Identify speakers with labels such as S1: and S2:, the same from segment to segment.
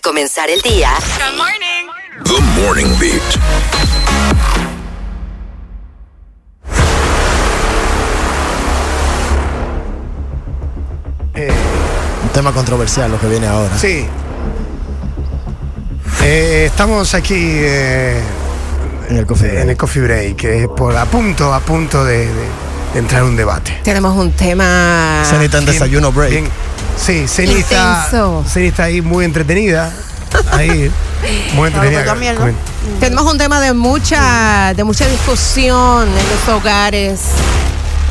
S1: comenzar el día.
S2: Good morning.
S3: The Morning Beat.
S4: Eh, Un tema controversial lo que viene ahora.
S5: Sí. Eh, estamos aquí eh,
S4: En el coffee.
S5: en el coffee break, eh, por, a punto, a punto de, de- de entrar en un debate.
S2: Tenemos un tema.
S4: Cenita en
S5: Ah, Bien,
S4: desayuno break.
S5: bien. Sí, cenita.
S2: Intenso.
S5: Cenita ahí muy entretenida. Ahí. Muy entretenida. Comen-
S2: Tenemos un tema de mucha, de mucha discusión en los hogares.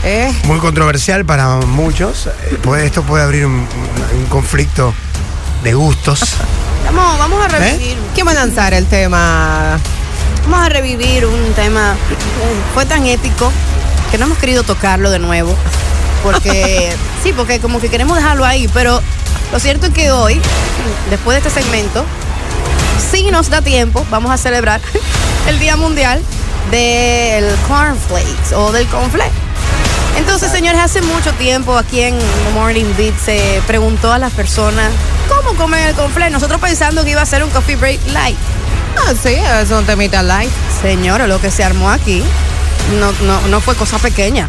S2: ¿Eh?
S5: Muy controversial para muchos. Eh, puede- esto puede abrir un, un conflicto de gustos.
S6: Vamos, vamos a revivir,
S2: ¿Quién va a lanzar el tema?
S6: ¿Eh? vamos a revivir un tema. eh, Fue tan épico que no hemos querido tocarlo de nuevo. Porque, sí, porque como que queremos dejarlo ahí. Pero lo cierto es que hoy, después de este segmento, si nos da tiempo, vamos a celebrar el Día Mundial del Cornflakes o del Cornflake. Entonces, señores, hace mucho tiempo aquí en Morning Beat se preguntó a las personas cómo comen el cornflake. Nosotros pensando que iba a ser un coffee break light.
S2: Ah, sí, es un temita light.
S6: Señora, lo que se armó aquí no, no, no fue cosa pequeña.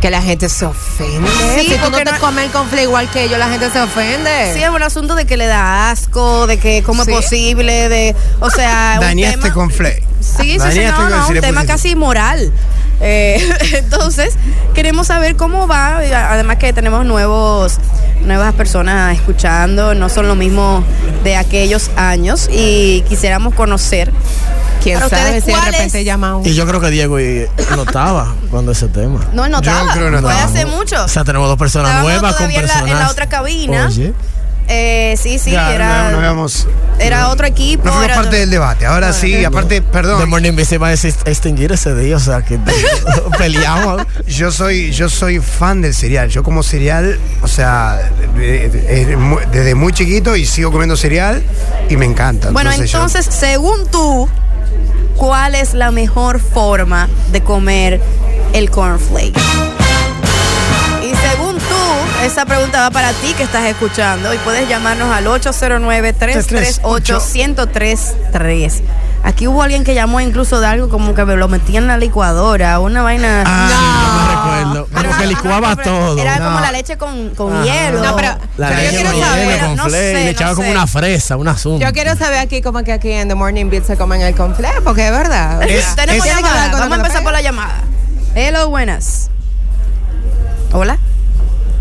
S2: Que la gente se ofende.
S6: Sí,
S2: si tú no
S6: porque
S2: te
S6: no-
S2: comes el conflicto igual que yo, la gente se ofende.
S6: Sí, es un asunto de que le da asco, de que cómo
S2: Sí.
S6: es posible, de, o sea, un
S5: Dañaste
S6: Ah, tema-
S5: con Flake.
S6: Sí, sí, sí,
S5: Dañaste
S6: no,
S5: con-
S6: no,
S5: si
S6: un
S5: le
S6: tema
S5: pusiste-
S6: casi moral. Eh, entonces, queremos saber cómo va. y a- Además que tenemos nuevos, nuevas personas escuchando, no son lo mismo de aquellos años y quisiéramos conocer.
S2: ¿Quién
S6: Para
S2: sabe
S6: ustedes,
S2: si de
S6: ¿cuál
S2: repente
S6: es?
S2: llama un...
S4: Y yo creo que Diego y- no estaba cuando ese tema.
S6: No, él no
S5: Yo
S6: estaba,
S5: creo que no
S6: fue
S5: estaba.
S6: hace mucho.
S4: O sea, tenemos dos personas
S6: Estábamos
S4: nuevas con
S6: todavía en la-
S4: personas.
S6: en la otra cabina.
S4: Oye,
S6: Eh, sí, sí,
S5: Ya,
S6: era,
S5: no, no habíamos-
S6: era otro equipo.
S5: No fuimos
S6: era- Ah,
S5: parte del debate. Ahora sí, aparte,
S4: The
S5: perdón.
S4: Morning Beat se va a exist- extinguir ese día, o sea, que peleamos.
S5: Yo soy, yo soy fan del cereal. Yo como cereal, o sea, eh, eh, mu- desde muy chiquito y sigo comiendo cereal y me encanta.
S6: Bueno,
S5: yo-
S6: entonces, según tú, ¿cuál es la mejor forma de comer el cornflake? Y según tú, esa pregunta va para ti que estás escuchando y puedes llamarnos al 809-338-1033. Aquí hubo alguien que llamó incluso de algo como que me lo metía en la licuadora, una vaina.
S4: Ah, no. me recuerdo. Como que licuaba
S6: Pero
S4: todo.
S6: Era
S5: No.
S6: como la leche con, con hielo.
S2: No, pero
S4: La
S2: yo
S4: leche
S2: quiero
S4: con
S2: saber,
S4: hielo, con
S6: no
S4: flake,
S6: sé,
S4: le
S6: no
S4: echaba como
S6: sé.
S4: una fresa, una zumba.
S2: Yo quiero saber aquí cómo que aquí en The Morning Beat se comen el conflé, porque es verdad. o sea,
S5: Es-
S6: Tenemos
S2: tiene que
S6: llamada.
S2: hablar con
S6: Vamos a
S2: otro
S6: empezar por la llamada. Hello, buenas. Hola.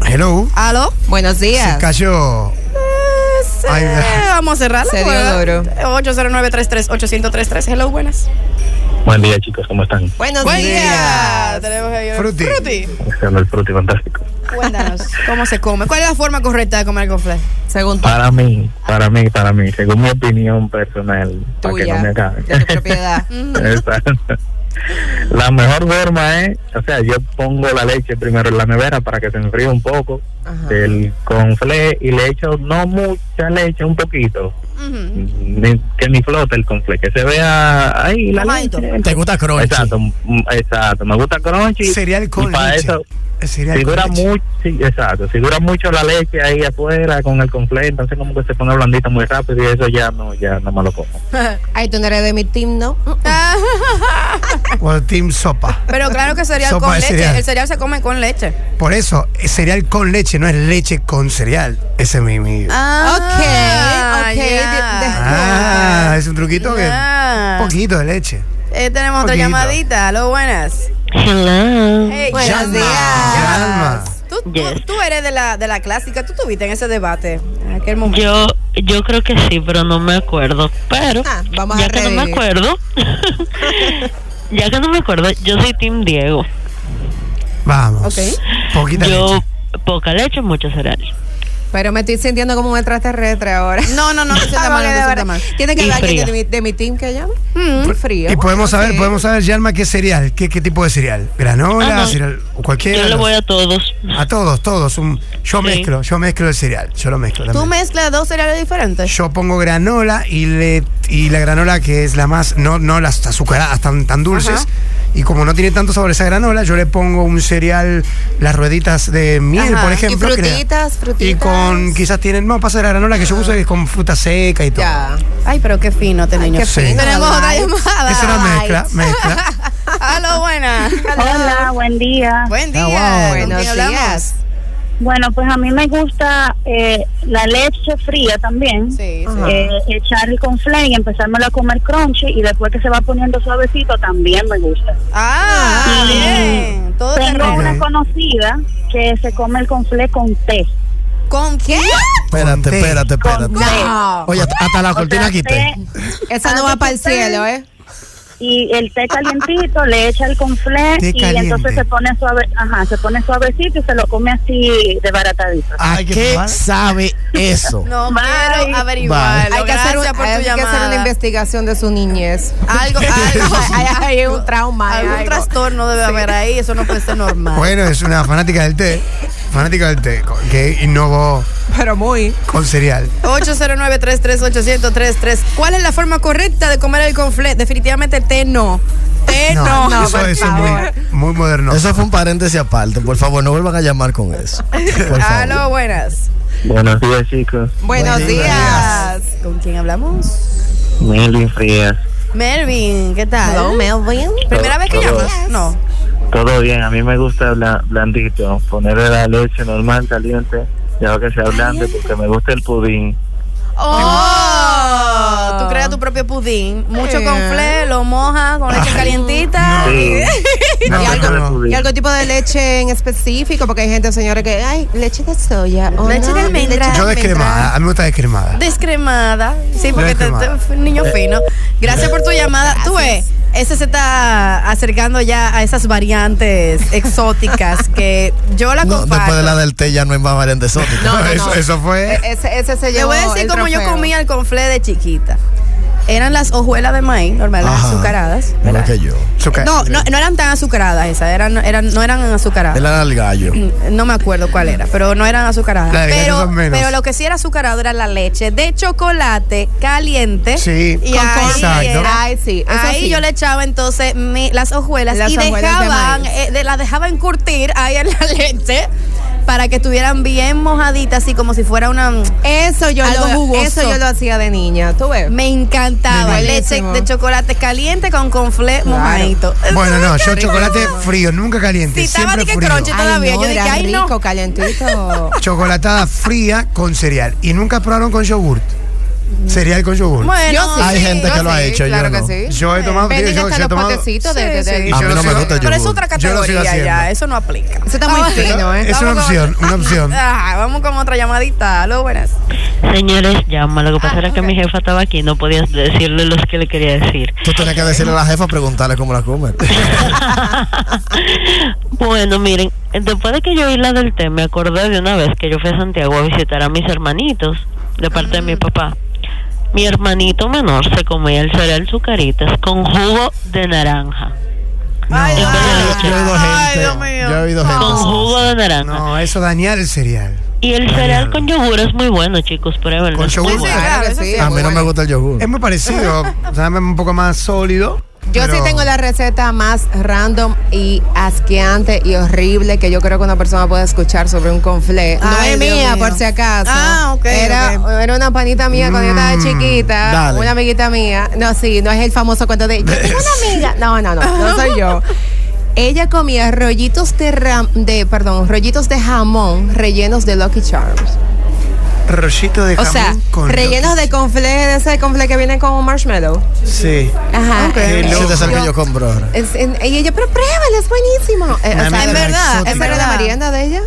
S5: Hello.
S6: ¿Aló?
S2: Buenos días.
S5: Cayó.
S6: Sí,
S5: Ay, ay.
S6: vamos a cerrarla. pues,
S2: Se dio duro.
S6: 809-338-1033. Hello, buenas.
S7: Buen día, chicos, ¿cómo están?
S2: Buenos
S6: Buen
S2: días.
S6: día. Tenemos ahí.
S5: Fruti.
S7: Haciendo el fruto fantástico.
S6: Cuéntanos, ¿cómo se come? ¿Cuál es la forma correcta de comer conflé?
S2: Según tú,
S7: Para mí, para mí, para mí, según mi opinión personal, para que no me
S2: tuya,
S7: acaben.
S2: de tu propiedad.
S5: Mm-hmm.
S7: Exacto. La mejor forma es, o sea, yo pongo la leche primero en la nevera para que se enfríe un poco
S2: Ajá.
S7: del conflé y le echo no mucha leche, un poquito,
S6: Ujú.
S2: Mm.
S7: ni- que ni flote el conflé, que se vea ahí la
S6: Mojadito.
S7: leche.
S4: ¿Te gusta crunchy?
S7: Exacto, mm, exacto, me gusta crunchy.
S5: Cereal
S7: y
S5: con
S7: para
S5: leche.
S7: eso
S5: Cereal
S7: si
S5: con
S7: dura
S5: leche.
S7: mucho, sí, exacto, si dura mucho la leche ahí afuera con el conflé, entonces como que se pone blandita muy rápido y eso ya no, ya no me lo como.
S2: Ay, tú no eres de mi team, ¿no?
S5: O Team Sopa.
S6: Pero claro que cereal
S5: Sopa
S6: con
S5: de
S6: leche.
S5: cereal.
S6: El cereal se come con leche.
S5: Por eso, es cereal con leche, no es leche con cereal. Ese es mi. mi-
S2: Ah,
S6: ok, ok.
S2: ya.
S6: de- de-
S5: Ah, es un truquito que.
S6: Ah.
S5: Un poquito de leche.
S6: Eh, tenemos otra
S5: Poquito.
S6: llamadita. Aló, buenas.
S8: Hello.
S6: Hey,
S2: Buenos
S6: llama.
S2: días.
S6: Llama. Tú, tú-
S8: Yes.
S6: tú eres de la, de la clásica. Tú estuviste en ese debate en aquel momento.
S8: Yo, yo creo que sí, pero no me acuerdo. Pero
S2: Ah, vamos
S8: ya
S2: a
S8: que no me
S2: revivir.
S8: acuerdo, ya que no me acuerdo, yo soy Team Diego.
S5: Vamos.
S6: Ok.
S5: Poquita
S8: yo
S5: leche.
S8: poca leche, mucho cereal.
S2: Pero me estoy sintiendo como un extraterrestre ahora. Ah,
S6: No, no, no, no se sienta mal, no se sienta mal.
S2: Tiene que
S8: Y
S2: haber alguien
S8: fría.
S2: de mi, de mi team que llame. frío.
S5: Y podemos saber,
S2: Ok.
S5: podemos saber, Yalma, qué cereal, qué, qué tipo de cereal. Granola,
S8: Ah, no.
S5: cereal, cualquier.
S8: Yo le voy a todos.
S5: A todos, todos. Un, yo
S8: Sí.
S5: mezclo, yo mezclo el cereal. Yo lo mezclo
S6: Tú
S5: también.
S6: mezclas dos cereales diferentes.
S5: Yo pongo granola y le y la granola que es la más, no, no las azucaradas tan, tan dulces. Y como no tiene tanto sabor esa granola, yo le pongo un cereal, las rueditas de miel,
S6: Ajá.
S5: por ejemplo.
S2: Y
S5: que le-
S2: frutitas, frutitas.
S5: Y con, quizás tienen, no, pasa la granola que yo uso que es con fruta seca y todo.
S2: Ya.
S6: Ay, pero qué fino este niño.
S5: qué Sí. fino,
S6: Tenemos
S2: la
S6: otra
S2: light.
S6: llamada.
S5: Es una mezcla, mezcla.
S6: Aló, buena.
S1: Hola, buen día.
S6: Buen día.
S4: Ah, wow.
S6: ¿Con quién
S2: Buenos
S6: hablamos?
S2: días.
S1: Bueno, pues a mí me gusta eh, la leche fría también.
S6: Sí, sí.
S2: Ajá.
S1: Eh, echar el conflay y empezármelo a comer crunchy y después que se va poniendo suavecito también me gusta.
S6: Ah, bien. Todo
S1: Tengo
S6: terreno.
S1: una conocida que se come el conflay con té.
S6: ¿Con qué?
S4: Espérate,
S5: Con té.
S4: espérate, espérate.
S1: Con té.
S2: No.
S4: Oye, hasta- hasta la
S1: O
S4: cortina
S1: sea,
S4: quité.
S1: té
S2: Esa no va
S1: antes
S2: para el
S1: que usted-
S2: cielo, ¿eh?
S1: Y el té calientito, le echa el conflé
S5: Té
S1: y entonces
S5: caliente.
S1: se pone suave, ajá, se pone suavecito y se lo come así de baratadito.
S4: ¿A
S5: Hay que
S4: qué
S5: probar.
S4: sabe eso?
S6: No
S1: Bye.
S6: quiero averiguarlo.
S2: Hay que, hacer, un-
S6: Gracias por
S2: hay
S6: tu
S2: que hacer una
S6: llamada.
S2: investigación de su niñez.
S6: Algo, algo.
S2: Hay, hay un trauma. hay
S6: Algún
S2: algo.
S6: trastorno debe haber ahí, eso no puede ser normal.
S5: Bueno, es una fanática del té. Fanática del té, co- que innovó
S2: Pero muy.
S5: con cereal.
S6: 809-338-1033. ¿Cuál es la forma correcta de comer el conflé? Definitivamente té no. Té no.
S5: No, eso
S2: Eh, por
S5: es
S2: favor.
S5: muy, muy moderno.
S4: Eso fue un paréntesis aparte. Por favor, no vuelvan a llamar con eso. Por
S6: Aló,
S4: favor.
S6: buenas.
S7: Buenos días, chicos.
S2: Buenos
S4: Buen día.
S2: días.
S6: ¿Con quién hablamos?
S7: Mil y frías.
S6: Melvin, ¿qué tal?
S2: Hello, Melvin.
S6: ¿Primera vez que
S7: Hello.
S6: llamas? No.
S7: Todo bien, a mí me gusta bla- blandito. Ponerle la leche normal, caliente. Y ahora que sea blando, porque me gusta el pudín.
S6: Oh, tú creas tu propio pudín. Mucho
S2: Eh.
S6: conflé, lo mojas con leche calientita.
S7: Sí.
S5: No,
S7: Me gusta
S5: no,
S7: el
S5: no.
S7: pudín.
S2: ¿Y algún tipo de leche en específico? Porque hay gente, señores, que, ay, leche de soya. o
S6: Leche
S2: no,
S6: de almendra.
S5: Yo descremada, a mí me gusta descremada.
S6: Descremada. Sí, porque te,
S5: Descremada.
S6: te- niño fino. Gracias por tu llamada. Tú ves, ese se está acercando ya a esas variantes exóticas que yo la
S4: No,
S6: comparto.
S4: después de la del té ya no hay más variante exótica.
S2: No, no, no.
S5: Eso, eso fue.
S2: E- Ese, ese se
S6: Le
S2: llevó
S6: voy a decir
S2: el
S6: cómo yo
S2: trofeo.
S6: comía el conflé de chiquita. Eran las hojuelas de maíz, normales,
S4: Ajá.
S6: azucaradas.
S4: Igual que yo.
S5: su ca-
S6: No, no, no eran tan azucaradas esas, eran, eran, no Mm. eran azucaradas.
S4: Él era el gallo.
S6: No me acuerdo cuál era, pero no eran azucaradas.
S5: La de galletas
S6: pero,
S5: son menos.
S6: pero lo que sí era azucarado era la leche de chocolate caliente.
S5: Sí,
S6: y
S5: con
S6: ahí
S5: corn.
S6: era-
S2: Ay, sí, eso
S6: Ahí
S2: sí.
S6: yo le echaba entonces mi- las hojuelas
S2: Las
S6: y
S2: hojuelas de
S6: dejaban,
S2: maíz.
S6: eh, de- las dejaban curtir ahí en la leche para que estuvieran bien mojaditas, así como si fuera una. mm,
S2: Eso yo,
S6: Algo
S2: lo,
S6: jugoso.
S2: eso yo lo hacía de niña, ¿tú ves?
S6: Me encantaba. Leche
S2: Buenísimo.
S6: de chocolate caliente con conflé mojadito.
S2: eh,
S5: Bueno, no, yo chocolate frío, nunca caliente,
S6: Si estaba
S5: siempre
S6: de que
S5: frío.
S6: cronche. todavía, yo dije,
S2: era
S6: ay, no.
S2: rico, calentito.
S5: Chocolatada fría con cereal. Y nunca probaron con yogurt. Cereal con yogurt.
S6: Bueno,
S2: Yo sí.
S4: Hay gente
S2: yo
S4: que lo ha
S2: sí,
S4: hecho,
S2: claro
S4: yo
S2: que
S4: no.
S2: sí.
S5: Yo he tomado.
S2: Venden
S5: yo- yo
S2: hasta
S5: he
S2: los
S5: tomado-
S2: potecitos de,
S6: Sí,
S2: de- de-
S6: sí.
S4: A
S5: y yo
S4: mí
S5: lo
S4: no me
S5: sigo-
S4: gusta el
S6: Pero es otra
S5: Yo lo sigo
S6: categoría ya,
S5: haciendo.
S6: eso no aplica.
S2: Eso está muy
S6: Vamos-
S2: fino, ¿eh?
S5: Es una
S6: Vamos con-
S5: opción, una opción.
S6: Ajá, vamos con otra llamadita. Aló, buenas.
S8: Señores, llama. Lo que
S5: Ah,
S8: pasa era que mi jefa estaba aquí y no podía decirle los que le quería decir.
S4: Tú tenías que decirle a la jefa, preguntarle cómo la comen.
S8: bueno, miren, después de que yo oí la del té, me acordé de una vez que yo fui a Santiago a visitar a mis hermanitos de parte
S5: Mm.
S8: de mi papá. Mi hermanito menor se comía el cereal sucaritas con jugo de naranja.
S6: Ay,
S8: Yo
S4: Yo he oído
S6: ay,
S4: gente.
S6: Dios mío.
S4: Yo he oído gente.
S8: Con jugo de naranja.
S5: No, eso dañar el cereal.
S8: Y el cereal con yogur es muy bueno, chicos, pruébenlo.
S5: Con
S8: Es
S5: yogur.
S8: muy bueno.
S2: Claro que sí,
S4: A
S2: muy
S4: mí no me
S2: bueno.
S4: gusta el yogur.
S5: Es muy parecido, sabe un poco más sólido.
S2: Yo sí
S5: pero-
S2: tengo la receta más random y asqueante y horrible que yo creo que una persona puede escuchar sobre un conflé. no
S6: Ay,
S2: es
S6: Dios
S2: mía,
S6: mío.
S2: por si acaso.
S6: Ah, ok,
S2: Era, era una panita mía cuando yo estaba
S5: Mm,
S2: chiquita,
S4: dale.
S2: una amiguita mía. No, sí, no es el famoso cuento de. Yo tengo una amiga. No, no, no, no soy yo. Ella comía rollitos de ram- de, perdón, rollitos de jamón rellenos de Lucky Charms.
S5: Rollito de
S2: O
S5: jamón
S2: sea,
S5: con
S2: rellenos de conflé, de ese conflé que viene con marshmallow.
S5: Sí.
S2: Ajá.
S5: Qué
S4: Ese es el que
S2: Yo-
S4: yo compro ahora.
S2: Es- en- y yo, pero pruébalo, es buenísimo. Eh,
S5: Una
S2: o sea,
S5: mezcla
S2: en verdad,
S5: exótica.
S2: esa era la merienda de ella.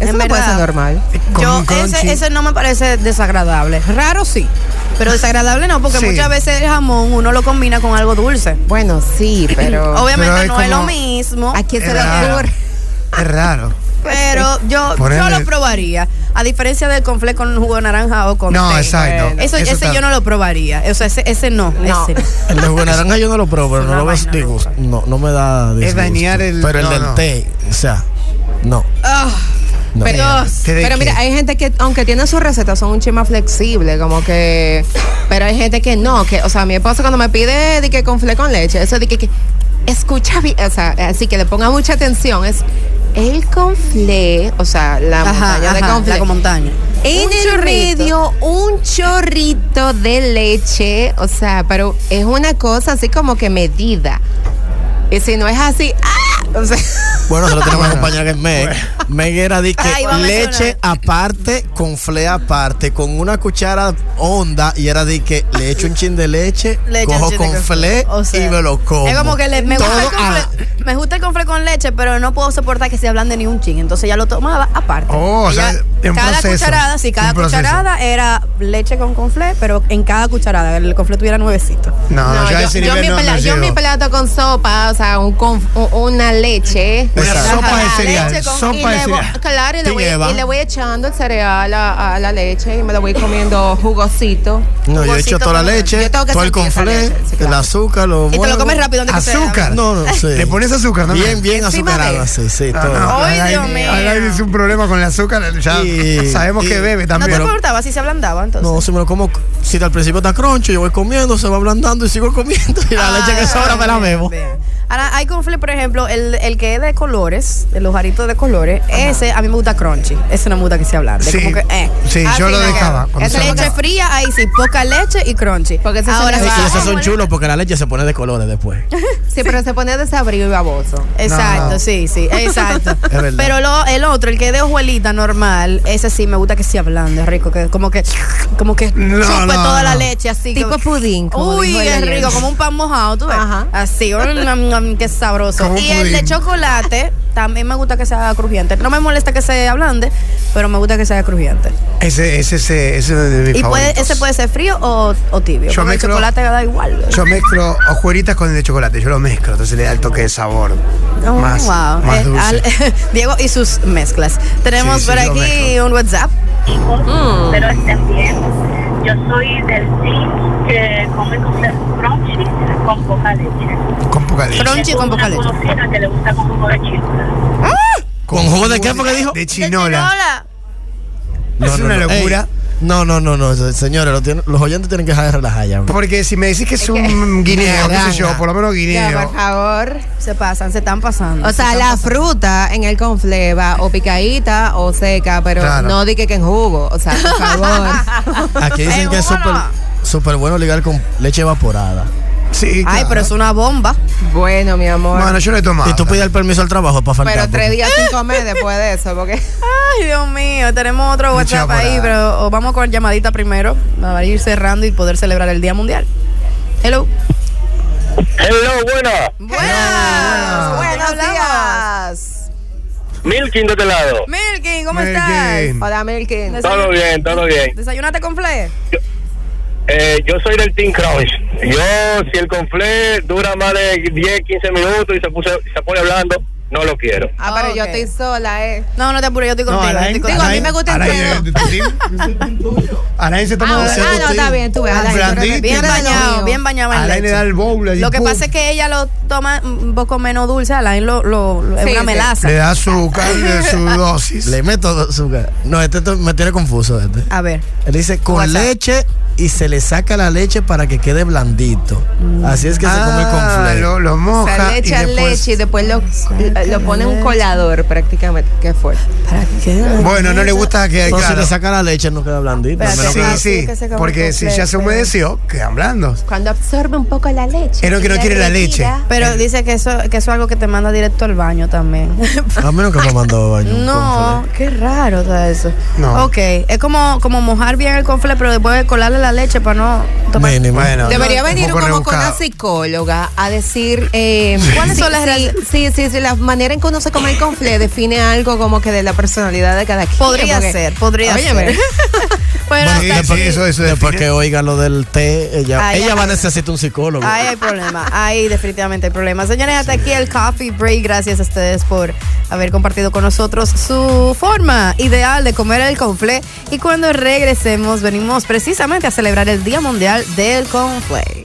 S2: Eso
S6: En
S2: no puede ser
S6: verdad.
S2: normal.
S5: Con
S6: Yo,
S5: un crunchy.
S6: ese, ese no me parece desagradable. Raro sí, pero desagradable no, porque
S5: Sí.
S6: muchas veces el jamón uno lo combina con algo dulce.
S2: Bueno, sí, pero
S6: Obviamente
S5: Pero es
S6: no es lo
S5: como-
S6: mismo,
S2: ¿a quién se le
S5: Era-
S2: ocurre?
S5: Es raro.
S6: pero yo,
S5: Por
S6: yo
S5: ende-
S6: lo probaría. A diferencia del conflé con jugo de naranja o con
S5: No,
S6: té.
S5: exacto.
S6: Eso, ese
S5: está-
S6: yo no lo probaría. O sea, ese, ese no.
S2: No.
S6: ese no.
S4: El de jugo de naranja yo no lo pruebo, pero
S6: Ah, Es
S4: no
S6: una
S4: lo ves
S6: vaina
S4: disgusto. No, no me da disgusto.
S5: dañar el-
S4: Pero el
S5: no,
S4: del
S5: no.
S4: té, o sea, no.
S6: Ah,
S4: no.
S6: pero-
S5: ¿Te de
S2: Pero
S5: qué?
S2: mira, hay gente que, aunque tiene sus recetas, son un chima flexible, como que. Pero hay gente que no, que, o sea, mi esposo cuando me pide de que conflé con leche, eso de que, que, escucha bien, o sea, así que le ponga mucha atención, es el conflé, o sea, la
S6: Ajá,
S2: montaña de
S6: ajá,
S2: conflé.
S6: la montaña.
S2: En
S6: Un
S2: el
S6: chorrito.
S2: medio, un chorrito de leche. O sea, pero es una cosa así como que medida. Y si no es así, ¡ah! O sea,
S4: Bueno, se lo tenemos que acompañar en Meg. Meg era de que
S6: Ay, va a
S4: leche
S6: mencionar.
S4: aparte, con fle aparte, con una cuchara honda y era de que le echo un chin de leche,
S6: Leche,
S4: cojo
S6: chile
S4: con
S6: con-
S4: fle
S6: o sea,
S4: y me lo como.
S6: Es como que le- me, gusta el
S4: Todo a-
S6: confle, me gusta el confle con leche, pero no puedo soportar que se ablande ni un chin. Entonces ya lo tomaba aparte.
S5: Oh, o
S6: Ella-
S5: sea, es un
S6: cada
S5: proceso,
S6: cucharada, sí, cada
S5: un proceso.
S6: cucharada era leche con confle, pero en cada cucharada el confle tuviera nuevecito.
S5: No, no,
S2: no,
S5: yo, a
S2: yo,
S5: ese
S2: yo
S5: nivel
S2: mi
S5: no- no
S2: pla- yo mi
S5: llego.
S2: plato con sopa, o sea, un conf- u- una leche.
S5: Una
S4: Exacto.
S5: sopa de
S6: Ajá,
S5: cereal,
S6: leche con-
S2: Y
S5: sopa de
S2: le voy-
S5: cereal.
S2: claro, y le,
S4: Te
S2: voy,
S4: lleva.
S2: y le voy echando el cereal a, a la leche y me lo voy comiendo jugosito.
S4: No, yo echo
S6: jugosito
S4: toda la
S6: con-
S4: leche,
S2: yo tengo que
S4: todo el
S2: sentir esa
S4: conflé,
S2: leche, sí,
S4: el
S2: claro.
S4: azúcar, lo
S6: Y te lo
S4: bueno.
S6: comes rápido donde que sea.
S5: Azúcar.
S4: No, no, sí.
S5: Le pones azúcar, ¿no?
S4: Bien, bien
S2: Encima de-
S4: azucarado, sí, sí,
S5: Ah,
S4: todo.
S5: no,
S6: Ay,
S5: ahí-
S6: Dios mío.
S5: ahí David hizo un problema con el azúcar. Ya
S4: Y-
S5: sabemos
S4: y-
S5: que bebe
S6: No te
S5: también.
S6: importaba si se ablandaba entonces.
S4: No, si me lo como, si al principio está croncho, yo voy comiendo, se va ablandando y sigo comiendo y la leche
S2: Ah,
S4: que sobra me la bebo.
S6: Vean. Ah, Ahora, hay confle, por ejemplo, el, el que es de colores, de los jaritos de colores, ese a mí me gusta crunchy. Ese no me gusta que se ablande.
S5: Sí.
S6: Como que, eh.
S5: Sí,
S6: Así
S5: yo lo
S6: me
S5: dejaba
S6: quedo.
S5: cuando
S6: Es
S5: se
S6: leche
S5: ablandaba.
S6: fría, ahí sí, poca leche y crunchy.
S2: Porque ese se
S6: Ahora
S2: le
S6: sí.
S2: va-
S4: Y
S2: Ah,
S4: esos son
S2: bueno.
S4: chulos porque la leche se pone de colores después.
S2: Sí, pero se pone desabrido y baboso.
S6: Exacto,
S5: No.
S6: sí, sí, exacto.
S4: Es verdad.
S6: Pero lo- el otro, el que es de hojuelita normal, ese sí me gusta que se ablande, rico, que como que como que
S5: No,
S6: chupe
S5: no,
S6: toda la
S5: no.
S6: leche así.
S2: Tipo
S6: como-
S2: pudín, como
S6: Uy,
S2: dijo él
S6: qué
S2: ayer.
S6: rico, como un pan mojado, tú ves.
S2: Ajá.
S6: Así, mm, mm, mm, qué sabroso.
S5: Como un
S6: Y el de
S5: pudín.
S6: chocolate también me gusta que sea crujiente. No me molesta que se ablande, pero me gusta que sea crujiente.
S5: Ese, ese, ese, ese es de mis
S6: Y puede,
S5: favoritos.
S6: ese puede ser frío o, o tibio.
S5: Yo
S6: porque el
S5: mezclo-
S6: chocolate da igual.
S5: Yo mezclo hojuelitas con el de chocolate, yo lo mezclo, entonces le da el toque de sabor.
S6: Oh,
S5: más,
S6: wow.
S5: más
S6: Eh,
S5: dulce.
S6: al- Diego y sus mezclas. Tenemos
S5: Sí, sí,
S6: por
S5: yo
S6: aquí
S5: mezclo.
S6: un WhatsApp. Mm.
S1: pero estén bien. Yo soy del team que come con crunchy con poca leche.
S5: Con poca leche.
S6: Crunchy con
S1: Tengo
S6: poca
S1: una
S6: leche.
S1: conocida que le gusta con jugo de chifla.
S4: ¿Con jugo de qué fue que dijo?
S5: De chinola.
S4: No,
S5: es
S4: no,
S5: una
S4: no.
S5: locura.
S4: Ey, no, no, no, no, se- señores, lo tienen- los oyentes tienen que dejar de relajar ya.
S5: Porque si me decís que es un guineo, qué sé yo,
S2: naranja.
S5: por lo menos
S2: Ya,
S5: guineo.
S2: por favor.
S6: Se pasan, se están pasando.
S2: O sea, la fruta en el confle va o picadita o seca, pero
S5: Claro.
S2: no di que, que en jugo. O sea, por favor.
S4: Aquí dicen
S6: Ey,
S4: que es súper
S6: vámonos.
S4: súper bueno ligar con leche evaporada.
S5: Sí,
S6: Ay,
S5: claro.
S6: pero es una bomba.
S2: bueno, mi amor.
S5: Bueno, yo lo he tomado.
S4: Y tú pides el permiso al trabajo para faltar.
S2: pero tres
S4: porque-
S2: días sin comer después de eso, porque.
S6: Ay, Dios mío, tenemos otro
S5: Mucha
S6: WhatsApp ahí,
S5: morada.
S6: pero o vamos con llamadita primero para ir cerrando y poder celebrar el Día Mundial. Hello.
S9: Hello, buena.
S6: Buenas.
S2: Buenos días.
S9: Milkin de este lado.
S6: Milkin, ¿cómo
S5: Melkin.
S6: estás?
S2: Hola, Milkin.
S6: Desayun-
S9: Todo bien, todo bien.
S6: ¿Desayunaste con fle?
S9: Eh, yo soy del Team Crunch. Yo, si el conflé dura más de 10, 15 minutos y se, puso, se pone hablando, no lo quiero.
S2: Ah, pero yo
S6: Ok.
S2: estoy sola, ¿eh?
S6: No, no te apures, yo estoy contigo. yo estoy
S2: Digo, a mí
S6: contigo.
S2: me gusta el
S5: Alain, Alain se toma
S2: Ah,
S5: un-
S2: ah, no, está bien, tú ves.
S5: Un
S2: Alain, tú eres
S5: brandy.
S6: Bien
S2: Mira lo
S6: bañado,
S2: mío.
S6: bien bañado en
S5: Alain le
S6: leche.
S5: da el bowl. allí,
S6: Lo que
S5: pum.
S6: pasa es que ella lo toma un poco menos dulce, Alain lo, lo, lo- es
S2: Sí,
S6: una
S2: sí.
S6: melaza.
S5: Le da azúcar, le da su dosis.
S4: Le meto azúcar. No, este to- me tiene confuso este.
S6: A ver.
S4: Él dice con
S6: WhatsApp.
S4: leche y se le saca la leche para que quede blandito. Así es que se come
S5: Mm. Ah,
S4: con
S5: lo, lo
S2: O sea,
S5: moja
S2: le
S5: y
S2: echan
S5: después...
S2: leche y después lo, lo pone un colador prácticamente. Qué fuerte.
S5: Bueno, no le gusta que...
S4: Entonces
S5: claro.
S4: si le saca la leche no queda blandito.
S6: Espérate.
S4: menos
S5: Sí,
S4: que-
S6: Así
S5: sí,
S6: es que se come
S5: porque
S6: con
S5: si ya se
S6: flecha.
S5: humedeció, quedan blandos.
S2: Cuando absorbe un poco la leche.
S5: Es lo que no
S2: le
S5: quiere la
S2: retira.
S5: leche.
S6: Pero dice que eso, que eso es algo que te manda directo al baño también.
S4: A menos que me mandó baño. un
S6: no, qué raro está eso.
S5: No.
S6: Ok, es como, como mojar bien el confle, pero después colarle la leche para no tomar.
S4: conflé. Mínimo.
S5: Bueno,
S2: Debería
S5: un
S2: venir
S5: poco
S2: como con
S5: rebuscado.
S2: una psicóloga a decir eh,
S6: ¿Cuáles
S2: sí,
S6: son las
S2: sí,
S6: reales-
S2: Sí, sí, sí, la manera en que uno se come el confle define algo como que de la personalidad de cada quien.
S6: Podría
S2: porque-
S6: ser, podría
S2: Óyeme.
S6: ser. Pero
S5: Bueno, sí,
S6: hasta
S5: sí,
S6: aquí-
S5: eso, eso
S4: Después
S5: define.
S4: que oiga lo del té, ella,
S6: Ay,
S4: ella
S6: ay,
S4: va a
S6: ay.
S4: necesitar un psicólogo.
S6: Ahí hay problema, ahí definitivamente hay problema. Señores, hasta aquí el coffee break. Gracias a ustedes por haber compartido con nosotros su forma ideal de comer el conflé. Y cuando regresemos, venimos precisamente a celebrar el Día Mundial del Conflé.